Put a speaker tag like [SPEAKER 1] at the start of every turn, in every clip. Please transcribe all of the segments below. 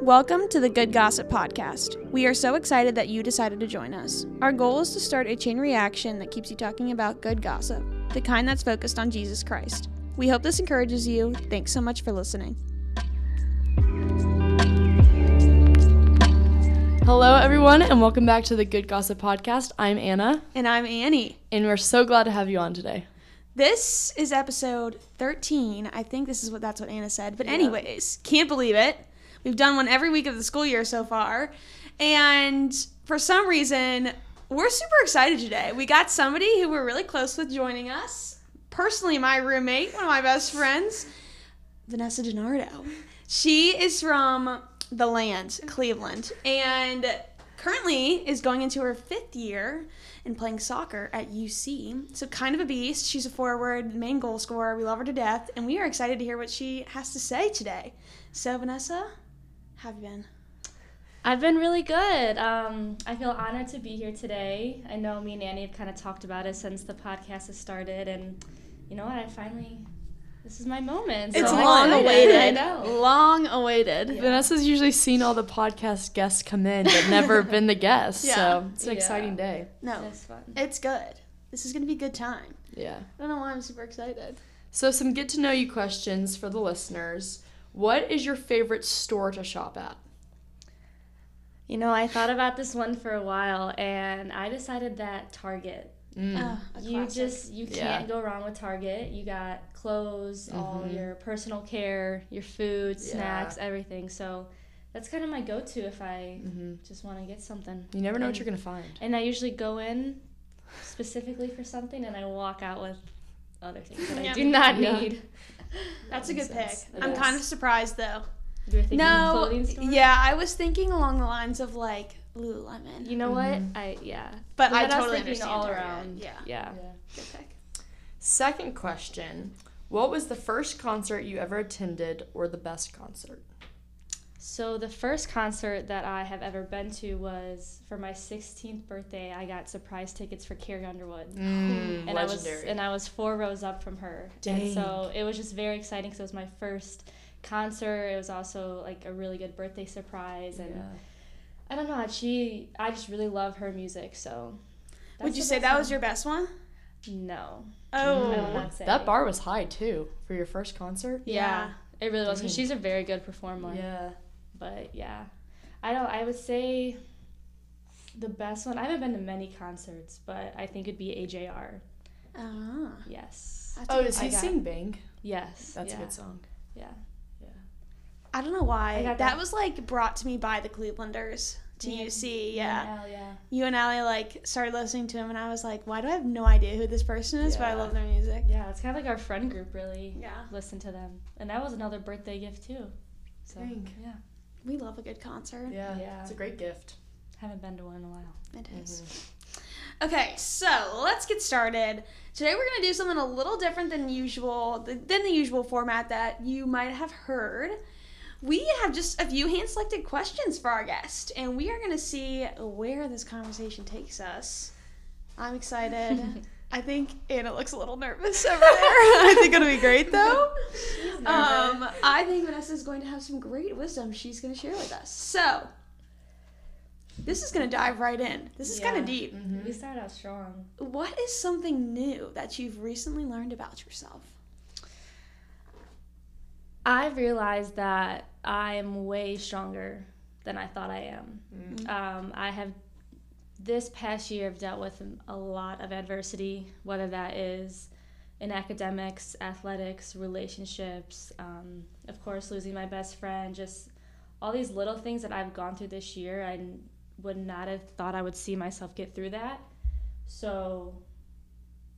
[SPEAKER 1] Welcome to the Good Gossip Podcast. We are so excited that you decided to join us. Our goal is to start a chain reaction that keeps you talking about good gossip, the kind that's focused on Jesus Christ. We hope this encourages you. Thanks so much for listening.
[SPEAKER 2] Hello, everyone, and welcome back to the Good Gossip Podcast. I'm Anna,
[SPEAKER 1] And I'm Annie.
[SPEAKER 2] and we're so glad to have you on today.
[SPEAKER 1] This is episode 13. I think this is what that's what Anna said. But anyways, can't believe it. We've done one every week of the school year so far. And for some reason, we're super excited today. We got somebody who we're really close with joining us. Personally, my roommate, one of my best friends, Vanessa DiNardo. She is from the land, Cleveland, and currently is going into her fifth year and playing soccer at UC. So kind of a beast. She's a forward, main goal scorer. We love her to death, and we are excited to hear what she has to say today. So Vanessa, how have you been?
[SPEAKER 3] I've been really good. Um, I feel honored to be here today. I know me and Annie have kind of talked about it since the podcast has started, and you know what? I finally, this is my moment.
[SPEAKER 2] It's
[SPEAKER 3] I'm
[SPEAKER 2] long
[SPEAKER 3] excited.
[SPEAKER 2] awaited.
[SPEAKER 3] I know.
[SPEAKER 1] Long awaited.
[SPEAKER 2] Vanessa's usually seen all the podcast guests come in, but never been the guest.
[SPEAKER 1] Yeah.
[SPEAKER 2] So it's an
[SPEAKER 3] Yeah.
[SPEAKER 2] exciting day.
[SPEAKER 1] No,
[SPEAKER 3] That's fun.
[SPEAKER 1] it's good. This is gonna be a good time.
[SPEAKER 2] Yeah.
[SPEAKER 1] I don't know why I'm super excited.
[SPEAKER 2] So, some get to know you questions for the listeners. What is your favorite store to shop at?
[SPEAKER 3] You know, I thought about this one for a while, and I decided that Target.
[SPEAKER 2] Mm.
[SPEAKER 1] Ah, a
[SPEAKER 3] You
[SPEAKER 1] classic.
[SPEAKER 3] just you
[SPEAKER 2] Yeah.
[SPEAKER 3] can't go wrong with Target. You got clothes, all
[SPEAKER 2] Mhm.
[SPEAKER 3] your personal care, your food,
[SPEAKER 2] Yeah.
[SPEAKER 3] snacks, everything. So that's kind of my go-to if I
[SPEAKER 2] hmm
[SPEAKER 3] just want to get something.
[SPEAKER 2] You never know what
[SPEAKER 3] And-
[SPEAKER 2] you're going to find.
[SPEAKER 3] And I usually go in specifically for something and I walk out with other things that
[SPEAKER 1] Yeah.
[SPEAKER 3] I do not
[SPEAKER 2] Yeah.
[SPEAKER 3] need.
[SPEAKER 1] That's a
[SPEAKER 3] That
[SPEAKER 1] good
[SPEAKER 3] makes sense.
[SPEAKER 1] pick.
[SPEAKER 3] It
[SPEAKER 1] I'm
[SPEAKER 3] is.
[SPEAKER 1] kind of surprised though.
[SPEAKER 3] You were thinking
[SPEAKER 1] No,
[SPEAKER 3] clothing store?
[SPEAKER 1] yeah, I was thinking along the lines of like Lululemon,
[SPEAKER 3] You know
[SPEAKER 2] Mhm.
[SPEAKER 3] what? I yeah.
[SPEAKER 1] but I
[SPEAKER 3] But that's
[SPEAKER 1] totally
[SPEAKER 3] thinking
[SPEAKER 1] understand
[SPEAKER 3] all
[SPEAKER 1] Target.
[SPEAKER 3] around.
[SPEAKER 1] Yeah,
[SPEAKER 3] Yeah.
[SPEAKER 1] good pick.
[SPEAKER 2] Second question What was the first concert you ever attended or the best concert?
[SPEAKER 3] So the first concert that I have ever been to was for my 16th birthday. I got surprise tickets for Carrie Underwood.
[SPEAKER 2] Mm,
[SPEAKER 3] and I was and I was four rows up from her.
[SPEAKER 2] Dang.
[SPEAKER 3] And so it was just very exciting because it was my first concert. It was also like a really good birthday surprise and
[SPEAKER 2] Yeah.
[SPEAKER 3] I don't know. She, I just really love her music. So,
[SPEAKER 1] Would you say that was your best one?
[SPEAKER 3] your? No, I would
[SPEAKER 1] Oh,
[SPEAKER 3] not say
[SPEAKER 2] That bar was high too for your first concert.
[SPEAKER 3] Yeah, it really was because
[SPEAKER 2] Dang.
[SPEAKER 3] she's a very good performer.
[SPEAKER 2] Yeah.
[SPEAKER 3] But yeah, I don't. I would say the best one. I haven't been to many concerts, but I think it'd be AJR.
[SPEAKER 1] oh.
[SPEAKER 3] Yes.
[SPEAKER 1] That's
[SPEAKER 2] Oh,
[SPEAKER 1] a-
[SPEAKER 2] does he
[SPEAKER 3] I got-
[SPEAKER 2] sing Bang?
[SPEAKER 3] Yes.
[SPEAKER 2] That's
[SPEAKER 3] yeah.
[SPEAKER 2] a good song.
[SPEAKER 3] Yeah.
[SPEAKER 1] I don't know why
[SPEAKER 3] I
[SPEAKER 1] that.
[SPEAKER 3] got that.
[SPEAKER 1] was like brought to me by the Clevelanders to
[SPEAKER 3] Yeah.
[SPEAKER 1] UC. Yeah,
[SPEAKER 3] Hell yeah.
[SPEAKER 1] you and Allie like started listening to him, and I was like, why do I have no idea who this person is? But I
[SPEAKER 2] Yeah.
[SPEAKER 1] love their music.
[SPEAKER 3] Yeah, it's kind of like our friend group really.
[SPEAKER 1] Yeah,
[SPEAKER 3] Listen to them, and that was another birthday gift too. So
[SPEAKER 2] Dang.
[SPEAKER 3] yeah,
[SPEAKER 1] we love a good concert.
[SPEAKER 2] Yeah.
[SPEAKER 3] Yeah.
[SPEAKER 2] It's a great gift.
[SPEAKER 3] haven't been to one in a while.
[SPEAKER 1] It is. Okay, so let's get started. Today we're going to do something a little different than usual, than the usual format that you might have heard. We have just a few hand selected questions for our guest, and we are going to see where this conversation takes us. I'm excited. I think Anna looks a little nervous over there. I think it'll be great though. Um, I think Vanessa is going to have some great wisdom she's going to share with us. So, this is going to dive right in. This is kind
[SPEAKER 3] Yeah.
[SPEAKER 1] of deep.
[SPEAKER 2] Mm-hmm.
[SPEAKER 3] We started out strong.
[SPEAKER 1] What is something new that you've recently learned about yourself?
[SPEAKER 3] I realized that I am way stronger than I thought I am.
[SPEAKER 2] Mm.
[SPEAKER 3] Um, I have this past year have dealt with a lot of adversity, whether that is in academics, athletics, relationships, um, of course, losing my best friend, just all these little things that I've gone through this year. I n- would not have thought I would see myself get through that. So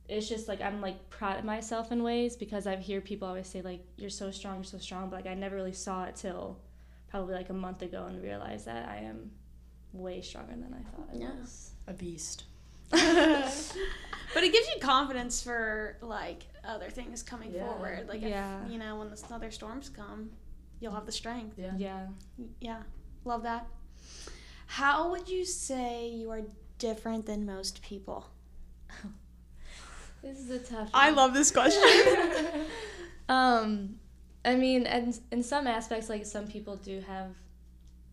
[SPEAKER 3] it's just like I'm like proud of myself in ways because I hear people always say like you're so strong, you're so strong, but like I never really saw it till probably like a month ago and realized that I am way stronger than I thought I
[SPEAKER 1] Yeah.
[SPEAKER 3] was.
[SPEAKER 2] A beast.
[SPEAKER 1] But it gives you confidence for like other things coming
[SPEAKER 2] Yeah.
[SPEAKER 1] forward. Like
[SPEAKER 3] Yeah.
[SPEAKER 1] if, you know, when the other storms come, you'll have the strength.
[SPEAKER 2] Yeah.
[SPEAKER 3] Yeah.
[SPEAKER 1] Yeah. Love that. How would you say you are different than most people?
[SPEAKER 3] This is a tough.
[SPEAKER 1] love this question.
[SPEAKER 3] um, I mean, and in some aspects, like some people do have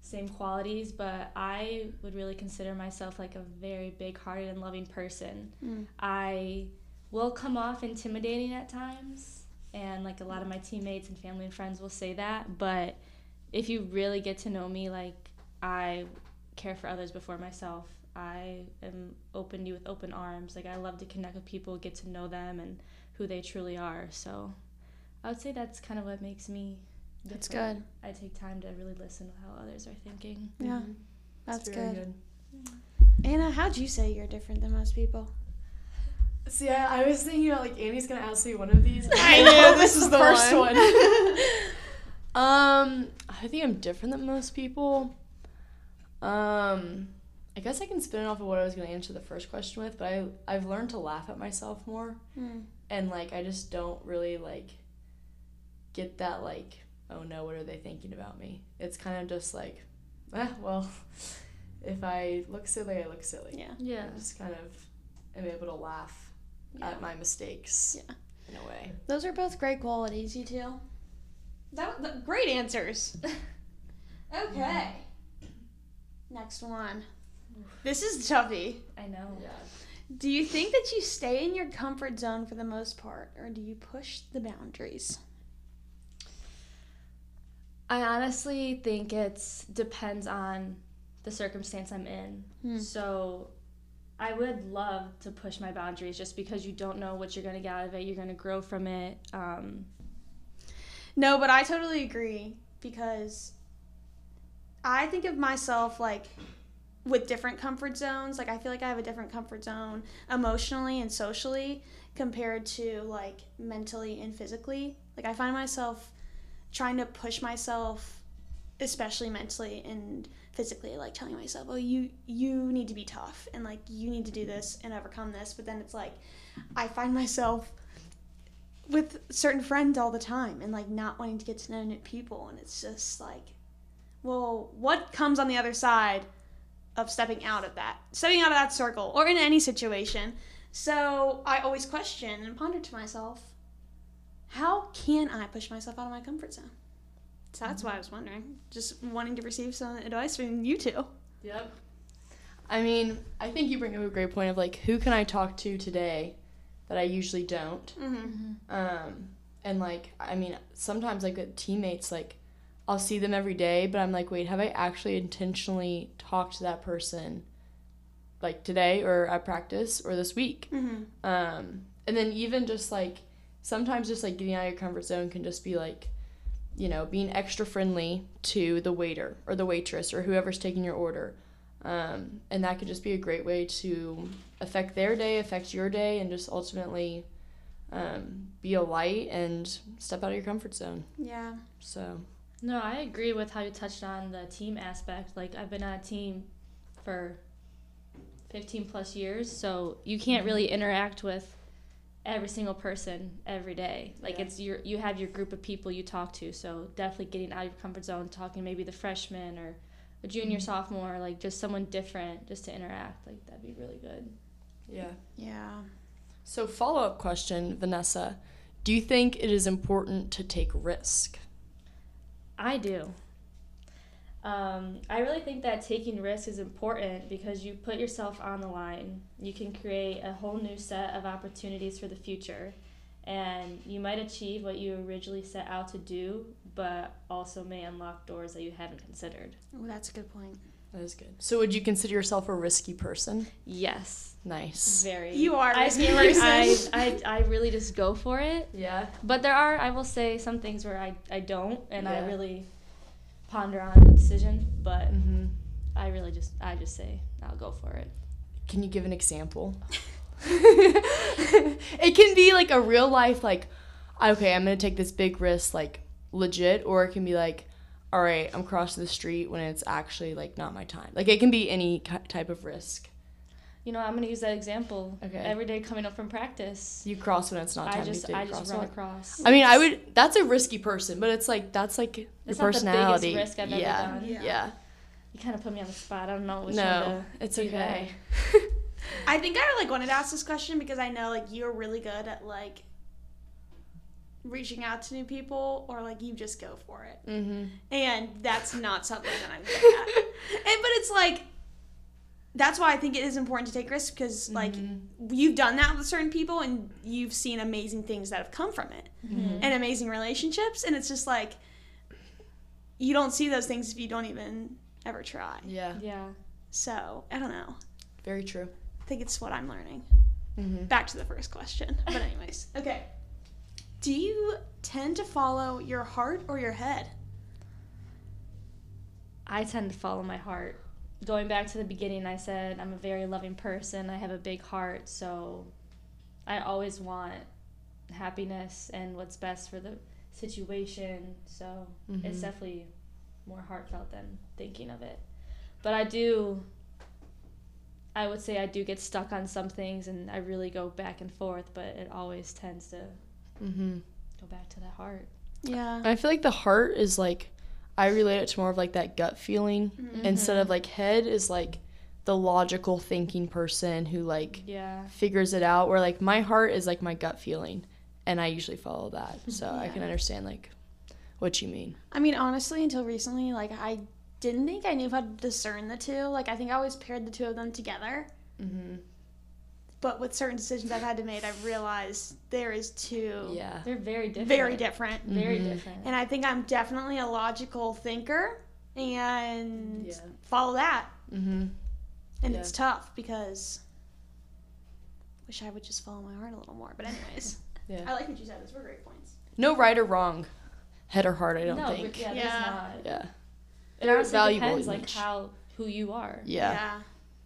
[SPEAKER 3] same qualities, but I would really consider myself like a very big hearted and loving person.
[SPEAKER 1] Mm.
[SPEAKER 3] I will come off intimidating at times, and like a lot of my teammates and family and friends will say that, but if you really get to know me, like I care for others before myself. I am open to you with open arms. Like I love to connect with people, get to know them and who they truly are. So I would say that's kind of what makes me
[SPEAKER 1] That's
[SPEAKER 3] different.
[SPEAKER 1] good.
[SPEAKER 3] I take time to really listen to how others are thinking.
[SPEAKER 1] Yeah,
[SPEAKER 2] Mhm.
[SPEAKER 1] that's
[SPEAKER 2] It's very
[SPEAKER 1] good. Anna, how'd you say you're different than most people?
[SPEAKER 2] See, I, I was thinking about like Annie's gonna ask me one of these.
[SPEAKER 1] I know, this is the
[SPEAKER 2] first
[SPEAKER 1] one.
[SPEAKER 2] one. um, I think I'm different than most people. Um, I guess I can spin it off of what I was gonna answer the first question with, but I I've learned to laugh at myself more,
[SPEAKER 1] Hmm.
[SPEAKER 2] and like I just don't really like get that like oh no what are they thinking about me? It's kind of just like, ah, well, if I look silly, I look silly.
[SPEAKER 1] Yeah.
[SPEAKER 3] Yeah.
[SPEAKER 2] I just kind of am able to laugh
[SPEAKER 1] Yeah.
[SPEAKER 2] at my mistakes
[SPEAKER 1] Yeah.
[SPEAKER 2] in a way.
[SPEAKER 1] Those are both great qualities, you two. That, that great answers. okay. Next one. This is toughy.
[SPEAKER 3] I know.
[SPEAKER 2] Yeah.
[SPEAKER 1] Do you think that you stay in your comfort zone for the most part, or do you push the boundaries?
[SPEAKER 3] I honestly think it's depends on the circumstance I'm in.
[SPEAKER 1] Hmm.
[SPEAKER 3] So I would love to push my boundaries just because you don't know what you're going to get out of it. You're going to grow from it. Um,
[SPEAKER 1] No, but I totally agree because I think of myself like with different comfort zones. Like I feel like I have a different comfort zone emotionally and socially compared to like mentally and physically. Like I find myself trying to push myself especially mentally and physically like telling myself, "Oh, you you need to be tough and like you need to do this and overcome this." But then it's like I find myself with certain friends all the time and like not wanting to get to know new people and it's just like well what comes on the other side of stepping out of that stepping out of that circle or in any situation so i always question and ponder to myself how can i push myself out of my comfort zone so that's why i was wondering just wanting to receive some advice from you two
[SPEAKER 2] Yep. I mean, I think you bring up a great point of like, who can I talk to today that I usually don't?
[SPEAKER 1] mm-hmm.
[SPEAKER 2] Um, and like, I mean, sometimes like with teammates, like, I'll see them every day, but I'm like, wait, have I actually intentionally talked to that person like today or at practice or this week?
[SPEAKER 1] Mm-hmm.
[SPEAKER 2] Um, and then even just like sometimes just like getting out of your comfort zone can just be like, you know, being extra friendly to the waiter or the waitress or whoever's taking your order. Um, and that could just be a great way to affect their day, affect your day, and just ultimately um, be a light and step out of your comfort zone.
[SPEAKER 1] yeah
[SPEAKER 2] So,
[SPEAKER 3] No, I agree with how you touched on the team aspect. Like I've been on a team for 15 plus years, so you can't really interact with every single person every day. Like
[SPEAKER 2] Yeah.
[SPEAKER 3] it's your you have your group of people you talk to, so definitely getting out of your comfort zone, talking to maybe the freshman or a junior sophomore, like just someone different just to interact. Like that'd be really good.
[SPEAKER 2] yeah.
[SPEAKER 1] yeah
[SPEAKER 2] So, follow up question, Vanessa Do you think it is important to take risk?
[SPEAKER 3] I do. Um, I really think that taking risks is important because you put yourself on the line. You can create a whole new set of opportunities for the future. And you might achieve what you originally set out to do, but also may unlock doors that you haven't considered.
[SPEAKER 1] oh that's a good point
[SPEAKER 2] That is good. So, would you consider yourself a risky person?
[SPEAKER 3] Yes,
[SPEAKER 2] Nice.
[SPEAKER 3] very.
[SPEAKER 1] you are
[SPEAKER 3] I,
[SPEAKER 1] risky
[SPEAKER 3] I,
[SPEAKER 1] person.
[SPEAKER 3] I, I really just go for it.
[SPEAKER 2] Yeah.
[SPEAKER 3] But there are, I will say, some things where I, I don't, and
[SPEAKER 2] Yeah.
[SPEAKER 3] I really ponder on the decision, but
[SPEAKER 2] hmm
[SPEAKER 3] I really just I just say I'll go for it.
[SPEAKER 2] Can you give an example? it can be like a real life, like, okay, I'm gonna take this big risk, like legit, or it can be like, all right, I'm crossing the street when it's actually like not my time. Like it can be any ki- type of risk.
[SPEAKER 3] You know, I'm gonna use that example.
[SPEAKER 2] Okay.
[SPEAKER 3] Every day coming up from practice,
[SPEAKER 2] You cross when it's not time.
[SPEAKER 3] I
[SPEAKER 2] to
[SPEAKER 3] just
[SPEAKER 2] do
[SPEAKER 3] I just run
[SPEAKER 2] crosswalk.
[SPEAKER 3] across.
[SPEAKER 2] I mean, I would. That's a risky person, but it's like that's like
[SPEAKER 3] That's
[SPEAKER 2] your
[SPEAKER 3] not the biggest
[SPEAKER 2] personality.
[SPEAKER 3] risk I've ever
[SPEAKER 2] yeah.
[SPEAKER 3] done.
[SPEAKER 2] Yeah.
[SPEAKER 1] Yeah.
[SPEAKER 3] You kind of put me on the spot. I don't know which
[SPEAKER 2] No,
[SPEAKER 3] one
[SPEAKER 2] it's
[SPEAKER 3] do
[SPEAKER 2] okay.
[SPEAKER 1] I think I like wanted to ask this question because I know like you're really good at like reaching out to new people or like you just go for it.
[SPEAKER 2] Mm-hmm.
[SPEAKER 1] And that's not something that I'm good at. And but it's like that's why I think it is important to take risks because like you've done that with certain people and you've seen amazing things that have come from it and amazing relationships and it's just like you don't see those things if you don't even ever try.
[SPEAKER 2] Yeah,
[SPEAKER 3] Yeah.
[SPEAKER 1] So, I don't know.
[SPEAKER 2] very true.
[SPEAKER 1] I think it's what I'm learning.
[SPEAKER 2] Mm-hmm.
[SPEAKER 1] Back to the first question. But anyways, okay. Do you tend to follow your heart or your head?
[SPEAKER 3] I tend to follow my heart. Going back to the beginning, I said I'm a very loving person. I have a big heart, so I always want happiness and what's best for the situation. So it's definitely more heartfelt than thinking of it. But I do, I would say I do get stuck on some things and I really go back and forth, but it always tends to
[SPEAKER 2] Mm-hmm.
[SPEAKER 3] go back to the heart.
[SPEAKER 1] Yeah.
[SPEAKER 2] I feel like the heart is like I relate it to more of like that gut feeling
[SPEAKER 1] Mm-hmm.
[SPEAKER 3] Mm-hmm.
[SPEAKER 2] instead of like head is like the logical thinking person who like
[SPEAKER 3] Yeah.
[SPEAKER 2] figures it out where like my heart is like my gut feeling and I usually follow that.
[SPEAKER 3] Mm-hmm.
[SPEAKER 2] So I can understand like what you mean.
[SPEAKER 1] I mean, honestly, until recently, like I didn't think I knew how to discern the two. Like I think I always paired the two of them together.
[SPEAKER 2] Mm-hmm.
[SPEAKER 1] But with certain decisions I've had to make, I've realized there is two
[SPEAKER 2] Yeah.
[SPEAKER 3] They're very different.
[SPEAKER 1] very different.
[SPEAKER 3] Very different.
[SPEAKER 1] And I think I'm definitely a logical thinker and
[SPEAKER 2] Yeah.
[SPEAKER 1] follow that.
[SPEAKER 2] Mm-hmm.
[SPEAKER 1] And
[SPEAKER 2] Yeah.
[SPEAKER 1] it's tough because wish I would just follow my heart a little more. But anyways,
[SPEAKER 2] Yeah.
[SPEAKER 1] I like what you said. Those were great points.
[SPEAKER 2] No right or wrong, head or heart. I don't
[SPEAKER 3] no,
[SPEAKER 2] think.
[SPEAKER 3] but yeah,
[SPEAKER 1] Yeah.
[SPEAKER 3] there's not.
[SPEAKER 2] yeah.
[SPEAKER 3] It honestly
[SPEAKER 2] valuable
[SPEAKER 3] depends,
[SPEAKER 2] in
[SPEAKER 3] like
[SPEAKER 2] each.
[SPEAKER 3] how who you are.
[SPEAKER 2] Yeah.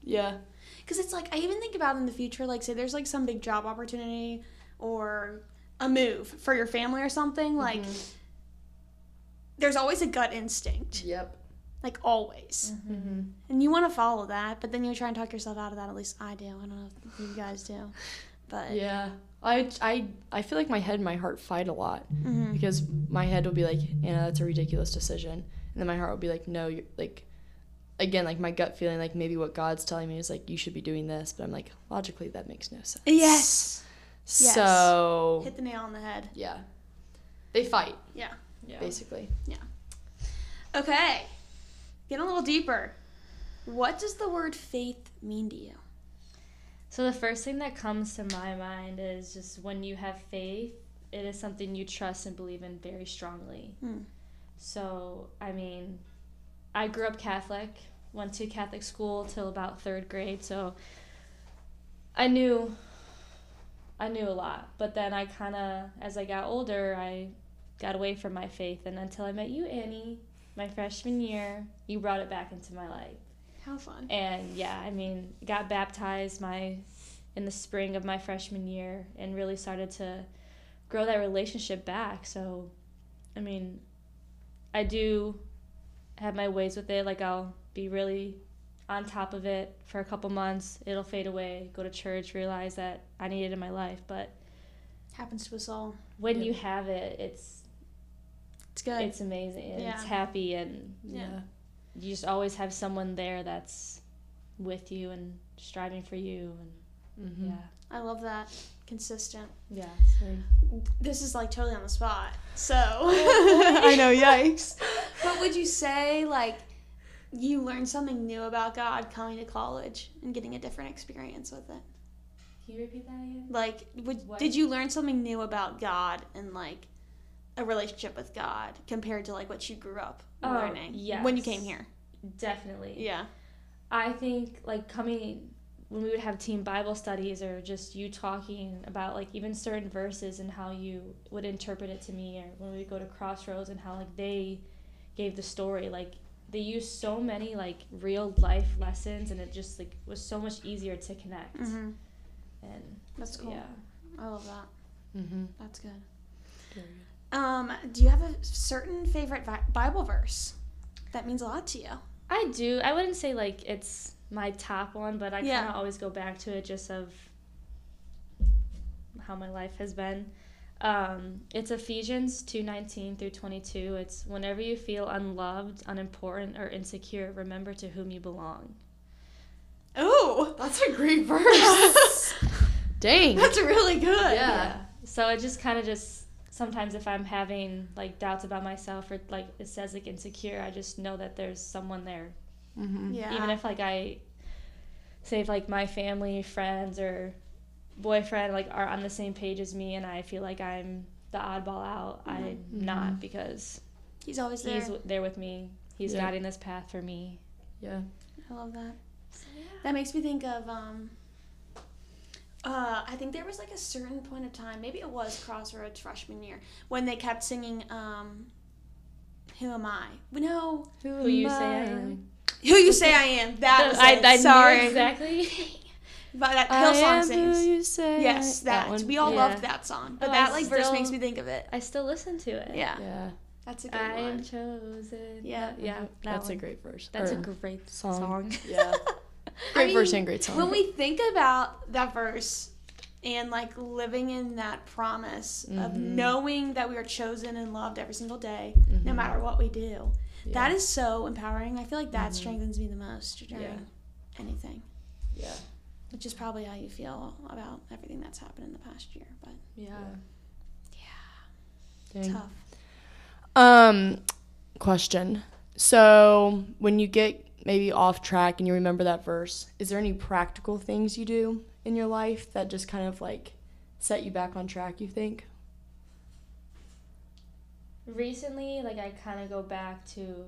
[SPEAKER 2] Yeah.
[SPEAKER 1] Because it's like I even think about in the future, like say there's like some big job opportunity or a move for your family or something. Like
[SPEAKER 2] Mm-hmm.
[SPEAKER 1] there's always a gut instinct,
[SPEAKER 2] Yep.
[SPEAKER 1] like always,
[SPEAKER 2] Mm-hmm.
[SPEAKER 1] and you want to follow that, but then you try and talk yourself out of that. At least I do. I don't know if you guys do, but
[SPEAKER 2] Yeah. I, I, I feel like my head and my heart fight a lot
[SPEAKER 1] Mhm.
[SPEAKER 2] because my head will be like, Anna, that's a ridiculous decision. And then my heart will be like, no, you're like, again, like my gut feeling, like maybe what God's telling me is like, you should be doing this. But I'm like, logically, that makes no sense.
[SPEAKER 1] yes, Yes.
[SPEAKER 2] So,
[SPEAKER 1] hit the nail on the head.
[SPEAKER 2] yeah. They fight,
[SPEAKER 1] Yeah.
[SPEAKER 3] Yeah.
[SPEAKER 2] basically.
[SPEAKER 1] Okay. Get a little deeper. What does the word faith mean to you?
[SPEAKER 3] So the first thing that comes to my mind is just when you have faith, it is something you trust and believe in very strongly.
[SPEAKER 1] Hmm.
[SPEAKER 3] So I mean, I grew up Catholic, went to Catholic school till about third grade, so I knew I knew a lot. But then I kind of, as I got older, I got away from my faith, and until I met you, Annie, my freshman year, you brought it back into my life.
[SPEAKER 1] How fun.
[SPEAKER 3] And yeah, I mean, got baptized my in the spring of my freshman year and really started to grow that relationship back. So, I mean, I do have my ways with it. Like I'll be really on top of it for a couple months. It'll fade away. Go to church, realize that I need it in my life, but
[SPEAKER 1] Happens to us all.
[SPEAKER 3] when
[SPEAKER 2] Yeah.
[SPEAKER 3] you have it, it's
[SPEAKER 1] It's good.
[SPEAKER 3] it's amazing and it's
[SPEAKER 1] Yeah.
[SPEAKER 3] happy and
[SPEAKER 1] Yeah.
[SPEAKER 3] you just always have someone there that's with you and striving for you and
[SPEAKER 2] Mm-hmm.
[SPEAKER 1] I love that. Consistent.
[SPEAKER 3] yeah
[SPEAKER 1] This is like totally on the spot. So
[SPEAKER 2] I know, yikes.
[SPEAKER 1] But would you say like you learned something new about God coming to college and getting a different experience with it?
[SPEAKER 3] can you repeat that again
[SPEAKER 1] Like would,
[SPEAKER 3] What?
[SPEAKER 1] did you learn something new about God and like a relationship with God compared to like what you grew up
[SPEAKER 3] Oh,
[SPEAKER 1] learning when you
[SPEAKER 3] yes.
[SPEAKER 1] came here?
[SPEAKER 3] definitely
[SPEAKER 1] Yeah.
[SPEAKER 3] i think like coming when we would have team bible studies or just you talking about like even certain verses and how you would interpret it to me or when we would go to crossroads and how like they gave the story like they used so many like real life lessons and it just like was so much easier to connect
[SPEAKER 1] hmm
[SPEAKER 3] and
[SPEAKER 1] That's cool.
[SPEAKER 3] yeah
[SPEAKER 1] I love that.
[SPEAKER 2] Mm-hmm.
[SPEAKER 1] That's good. Um, do you have a certain favorite vi- Bible verse that means a lot to you?
[SPEAKER 3] I do. I wouldn't say like it's my top one, but I
[SPEAKER 1] Yeah.
[SPEAKER 3] kind of always go back to it just of how my life has been. Um, it's Ephesians two nineteen through twenty two. It's whenever you feel unloved, unimportant, or insecure, remember to whom you belong.
[SPEAKER 1] Oh,
[SPEAKER 2] That's a great verse. Dang.
[SPEAKER 1] that's really good.
[SPEAKER 2] Yeah.
[SPEAKER 3] So it just kind of just sometimes if I'm having like doubts about myself or like it says like insecure, I just know that there's someone there.
[SPEAKER 2] Mm-hmm.
[SPEAKER 1] Yeah.
[SPEAKER 3] Even if like I say if, like my family, friends or boyfriend like are on the same page as me and I feel like I'm the oddball out, I'm not because
[SPEAKER 1] he's always Mm-hmm. there.
[SPEAKER 3] he's w- there with me. He's
[SPEAKER 2] Yeah.
[SPEAKER 3] guiding this path for me.
[SPEAKER 2] Yeah.
[SPEAKER 1] I love that. That makes me think of um uh, I think there was like a certain point of time, maybe it was Crossroads freshman year, when they kept singing um Who Am I? We know
[SPEAKER 3] Who you say I am.
[SPEAKER 1] Who You Say I Am. That was
[SPEAKER 3] I,
[SPEAKER 1] it.
[SPEAKER 3] I knew
[SPEAKER 1] sorry.
[SPEAKER 3] exactly.
[SPEAKER 1] But that
[SPEAKER 2] I am
[SPEAKER 1] Hillsong
[SPEAKER 2] who
[SPEAKER 1] sings.
[SPEAKER 2] you say
[SPEAKER 1] Yes,
[SPEAKER 2] I-
[SPEAKER 1] that. we all
[SPEAKER 3] Yeah.
[SPEAKER 1] loved that song. But
[SPEAKER 3] Oh, I
[SPEAKER 1] that like verse
[SPEAKER 3] still-
[SPEAKER 1] makes me think of it.
[SPEAKER 3] I still listen to it.
[SPEAKER 1] Yeah.
[SPEAKER 2] Yeah.
[SPEAKER 1] That's a good
[SPEAKER 3] I am
[SPEAKER 1] one.
[SPEAKER 3] chosen.
[SPEAKER 1] Yeah. Mm-hmm.
[SPEAKER 3] That- yeah. that
[SPEAKER 2] That's a
[SPEAKER 3] one.
[SPEAKER 2] great verse.
[SPEAKER 3] That's a
[SPEAKER 2] Or-
[SPEAKER 3] great
[SPEAKER 2] song.
[SPEAKER 3] song.
[SPEAKER 2] Yeah. Great verse and great song.
[SPEAKER 1] When we think about that verse and like living in that promise of
[SPEAKER 3] Mm-hmm.
[SPEAKER 1] knowing that we are chosen and loved every single day, no
[SPEAKER 2] Mm-hmm.
[SPEAKER 1] matter what we do, that is so empowering. I feel like
[SPEAKER 3] Mm-hmm.
[SPEAKER 1] that strengthens me the most during
[SPEAKER 2] Yeah.
[SPEAKER 1] anything,
[SPEAKER 2] Yeah.
[SPEAKER 1] which is probably how you feel about everything that's happened in the past year. But
[SPEAKER 2] Yeah.
[SPEAKER 3] Mm-hmm.
[SPEAKER 1] tough.
[SPEAKER 2] Um, question. So when you get maybe off track and you remember that verse, is there any practical things you do in your life that just kind of like set you back on track? You think?
[SPEAKER 3] Recently, like I kind of go back to,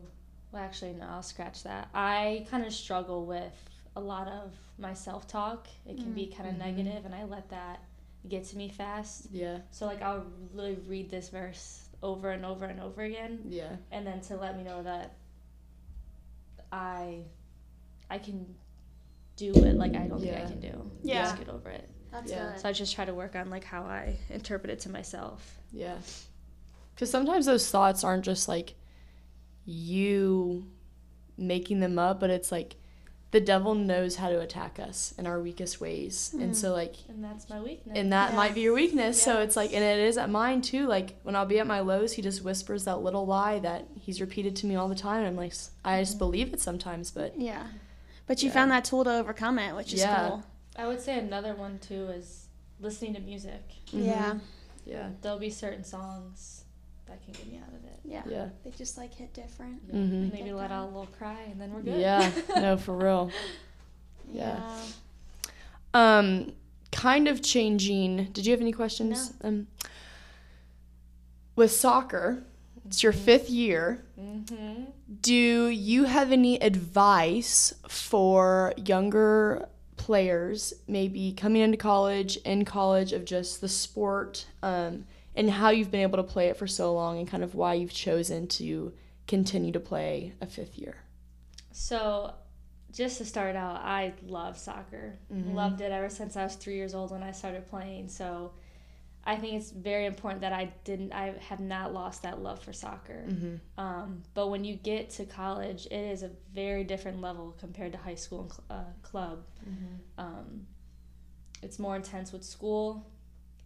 [SPEAKER 3] well, actually, no, I'll scratch that. I kind of struggle with a lot of my self talk. It can be kind of negative, and I let that get to me fast.
[SPEAKER 2] Yeah.
[SPEAKER 3] So, like, I'll literally read this verse over and over and over again,
[SPEAKER 2] Yeah.
[SPEAKER 3] and then to let me know that I, I can do it. Like, I don't think
[SPEAKER 2] Yeah.
[SPEAKER 3] I can do.
[SPEAKER 1] Yeah.
[SPEAKER 3] Just get over it.
[SPEAKER 1] That's
[SPEAKER 2] Yeah.
[SPEAKER 1] good.
[SPEAKER 3] So I just try to work on like how I interpret it to myself.
[SPEAKER 2] Yeah. Because sometimes those thoughts aren't just like you making them up, but it's like the devil knows how to attack us in our weakest ways.
[SPEAKER 3] Mm-hmm.
[SPEAKER 2] And so, like,
[SPEAKER 3] And that's my weakness.
[SPEAKER 2] and that
[SPEAKER 1] Yeah.
[SPEAKER 2] might be your weakness. So it's like, and it is at mine too. Like, when I'll be at my lows, he just whispers that little lie that he's repeated to me all the time. And I'm like, s- I
[SPEAKER 3] Mm-hmm.
[SPEAKER 2] just believe it sometimes, but
[SPEAKER 1] Yeah. But you
[SPEAKER 2] Yeah.
[SPEAKER 1] found that tool to overcome it, which is
[SPEAKER 2] Yeah.
[SPEAKER 1] cool.
[SPEAKER 3] I would say another one too is listening to music.
[SPEAKER 1] Yeah.
[SPEAKER 2] yeah.
[SPEAKER 3] There'll be certain songs that can get me out of it.
[SPEAKER 1] Yeah.
[SPEAKER 2] Yeah.
[SPEAKER 1] They just like hit different.
[SPEAKER 2] Mhm.
[SPEAKER 3] Maybe let out a little cry and then we're good.
[SPEAKER 2] Yeah. No, for real. Yeah.
[SPEAKER 1] Yeah.
[SPEAKER 2] Um, kind of changing. Did you have any questions? Um, with soccer, it's your fifth year.
[SPEAKER 3] mm-hmm.
[SPEAKER 2] Do you have any advice for younger players, maybe coming into college, in college, of just the sport, um, and how you've been able to play it for so long, and kind of why you've chosen to continue to play a fifth year?
[SPEAKER 3] So, just to start out, I love soccer.
[SPEAKER 2] Mm-hmm.
[SPEAKER 3] Loved it ever since I was three years old when I started playing. So, I think it's very important that I didn't, I have not lost that love for soccer.
[SPEAKER 2] Mm-hmm.
[SPEAKER 3] Um, but when you get to college, it is a very different level compared to high school and cl- uh, club. Um, it's more intense with school.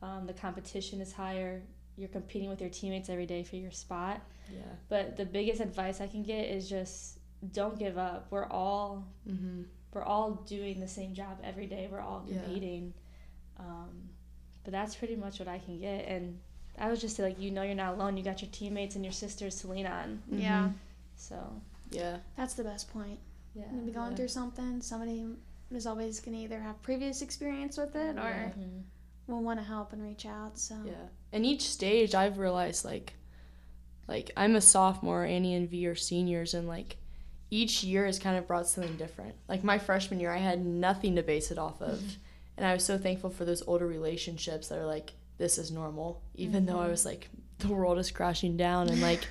[SPEAKER 3] Um, the competition is higher. You're competing with your teammates every day for your spot.
[SPEAKER 2] Yeah.
[SPEAKER 3] But the biggest advice I can get is just don't give up. We're all
[SPEAKER 2] Mm-hmm.
[SPEAKER 3] we're all doing the same job every day. We're all
[SPEAKER 2] Yeah.
[SPEAKER 3] competing. Um, but that's pretty much what I can get. And I would just say like you know you're not alone. You got your teammates and your sister Celine on.
[SPEAKER 1] Yeah.
[SPEAKER 3] So
[SPEAKER 2] Mm-hmm. Yeah.
[SPEAKER 1] That's the best point.
[SPEAKER 3] yeah.
[SPEAKER 1] gonna be going
[SPEAKER 2] Yeah.
[SPEAKER 1] through something, somebody is always gonna either have previous experience with it or
[SPEAKER 3] Mhm.
[SPEAKER 1] will want to help and reach out. So
[SPEAKER 2] Yeah. And each stage I've realized like like I'm a sophomore, Annie and V are seniors and like each year has kind of brought something different. Like my freshman year I had nothing to base it off of. and I was so thankful for those older relationships that are like, this is normal. Even though I was like the world is crashing down and like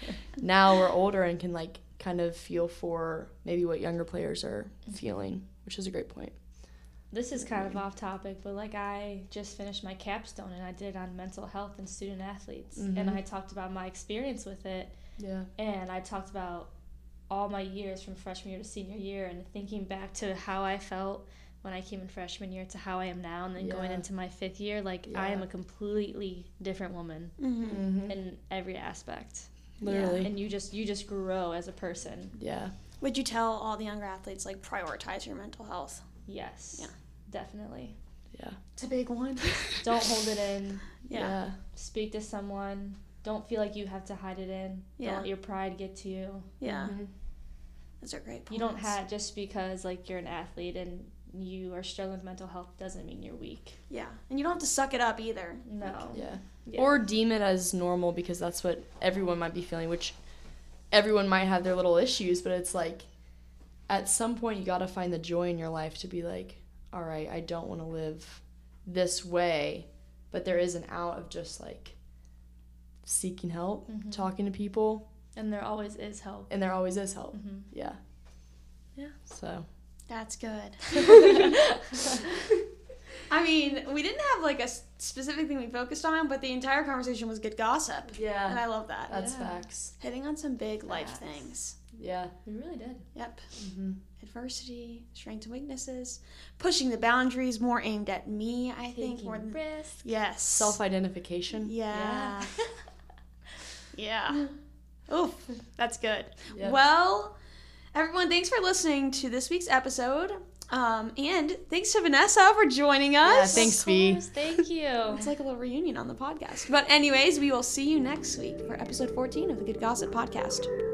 [SPEAKER 2] now we're older and can like kind of feel for maybe what younger players are feeling, which is a great point.
[SPEAKER 3] This is kind of off topic, but like I just finished my capstone and I did it on mental health and student athletes, and
[SPEAKER 2] Mhm.
[SPEAKER 3] I talked about my experience with it.
[SPEAKER 2] Yeah.
[SPEAKER 3] and I talked about all my years from freshman year to senior year and thinking back to how I felt when I came in freshman year to how I am now and then going
[SPEAKER 2] Yeah.
[SPEAKER 3] into my fifth year, like I am
[SPEAKER 2] Yeah.
[SPEAKER 3] a completely different woman
[SPEAKER 1] Mhm.
[SPEAKER 2] Mm-hmm.
[SPEAKER 3] in every aspect.
[SPEAKER 2] Literally.
[SPEAKER 3] And you just you just grow as a person.
[SPEAKER 2] Yeah.
[SPEAKER 1] would you tell all the younger athletes like prioritize your mental health?
[SPEAKER 3] Yes.
[SPEAKER 1] Yeah.
[SPEAKER 3] Definitely.
[SPEAKER 2] Yeah.
[SPEAKER 1] It's a big one.
[SPEAKER 3] Don't hold it in.
[SPEAKER 1] Yeah.
[SPEAKER 2] yeah.
[SPEAKER 3] Speak to someone. Don't feel like you have to hide it in.
[SPEAKER 1] Yeah.
[SPEAKER 3] Don't let your pride get to you.
[SPEAKER 1] Yeah,
[SPEAKER 2] Mhm.
[SPEAKER 1] those are great. Points.
[SPEAKER 3] You don't have just because like you're an athlete and you are struggling with mental health doesn't mean you're weak.
[SPEAKER 1] Yeah, and you don't have to suck it up either.
[SPEAKER 3] No.
[SPEAKER 2] Yeah.
[SPEAKER 3] Yeah.
[SPEAKER 2] Or deem it as normal because that's what everyone might be feeling, which everyone might have their little issues, but it's like at some point you got to find the joy in your life to be like, all right, I don't want to live this way, but there is an out of just like seeking help,
[SPEAKER 3] Mhm.
[SPEAKER 2] talking to people,
[SPEAKER 3] And there always is help.
[SPEAKER 2] and there always is help.
[SPEAKER 3] Mhm.
[SPEAKER 2] Yeah.
[SPEAKER 3] Yeah.
[SPEAKER 2] So,
[SPEAKER 1] That's good. I mean, we didn't have like a s- specific thing we focused on, but the entire conversation was good gossip, and
[SPEAKER 2] yeah.
[SPEAKER 1] I love that.
[SPEAKER 2] That's
[SPEAKER 3] Yeah.
[SPEAKER 2] facts.
[SPEAKER 1] Hitting on some big life
[SPEAKER 3] Facts.
[SPEAKER 1] things.
[SPEAKER 2] Yeah.
[SPEAKER 3] We really did.
[SPEAKER 1] Yep.
[SPEAKER 2] Mm-hmm.
[SPEAKER 1] Adversity, strengths and weaknesses, pushing the boundaries more aimed at me, I think,
[SPEAKER 3] Taking
[SPEAKER 1] more than
[SPEAKER 3] risks.
[SPEAKER 1] yes.
[SPEAKER 2] Self identification.
[SPEAKER 1] Yeah. Yeah. Oof, that's good.
[SPEAKER 2] Yeah.
[SPEAKER 1] Well, everyone, thanks for listening to this week's episode. Um, and thanks to Vanessa for joining us.
[SPEAKER 2] thanks.
[SPEAKER 3] Of
[SPEAKER 2] Vee.
[SPEAKER 3] course. Thank you.
[SPEAKER 1] It's like a little reunion on the podcast. But, anyways, we will see you next week for episode 14 of the Good Gossip Podcast.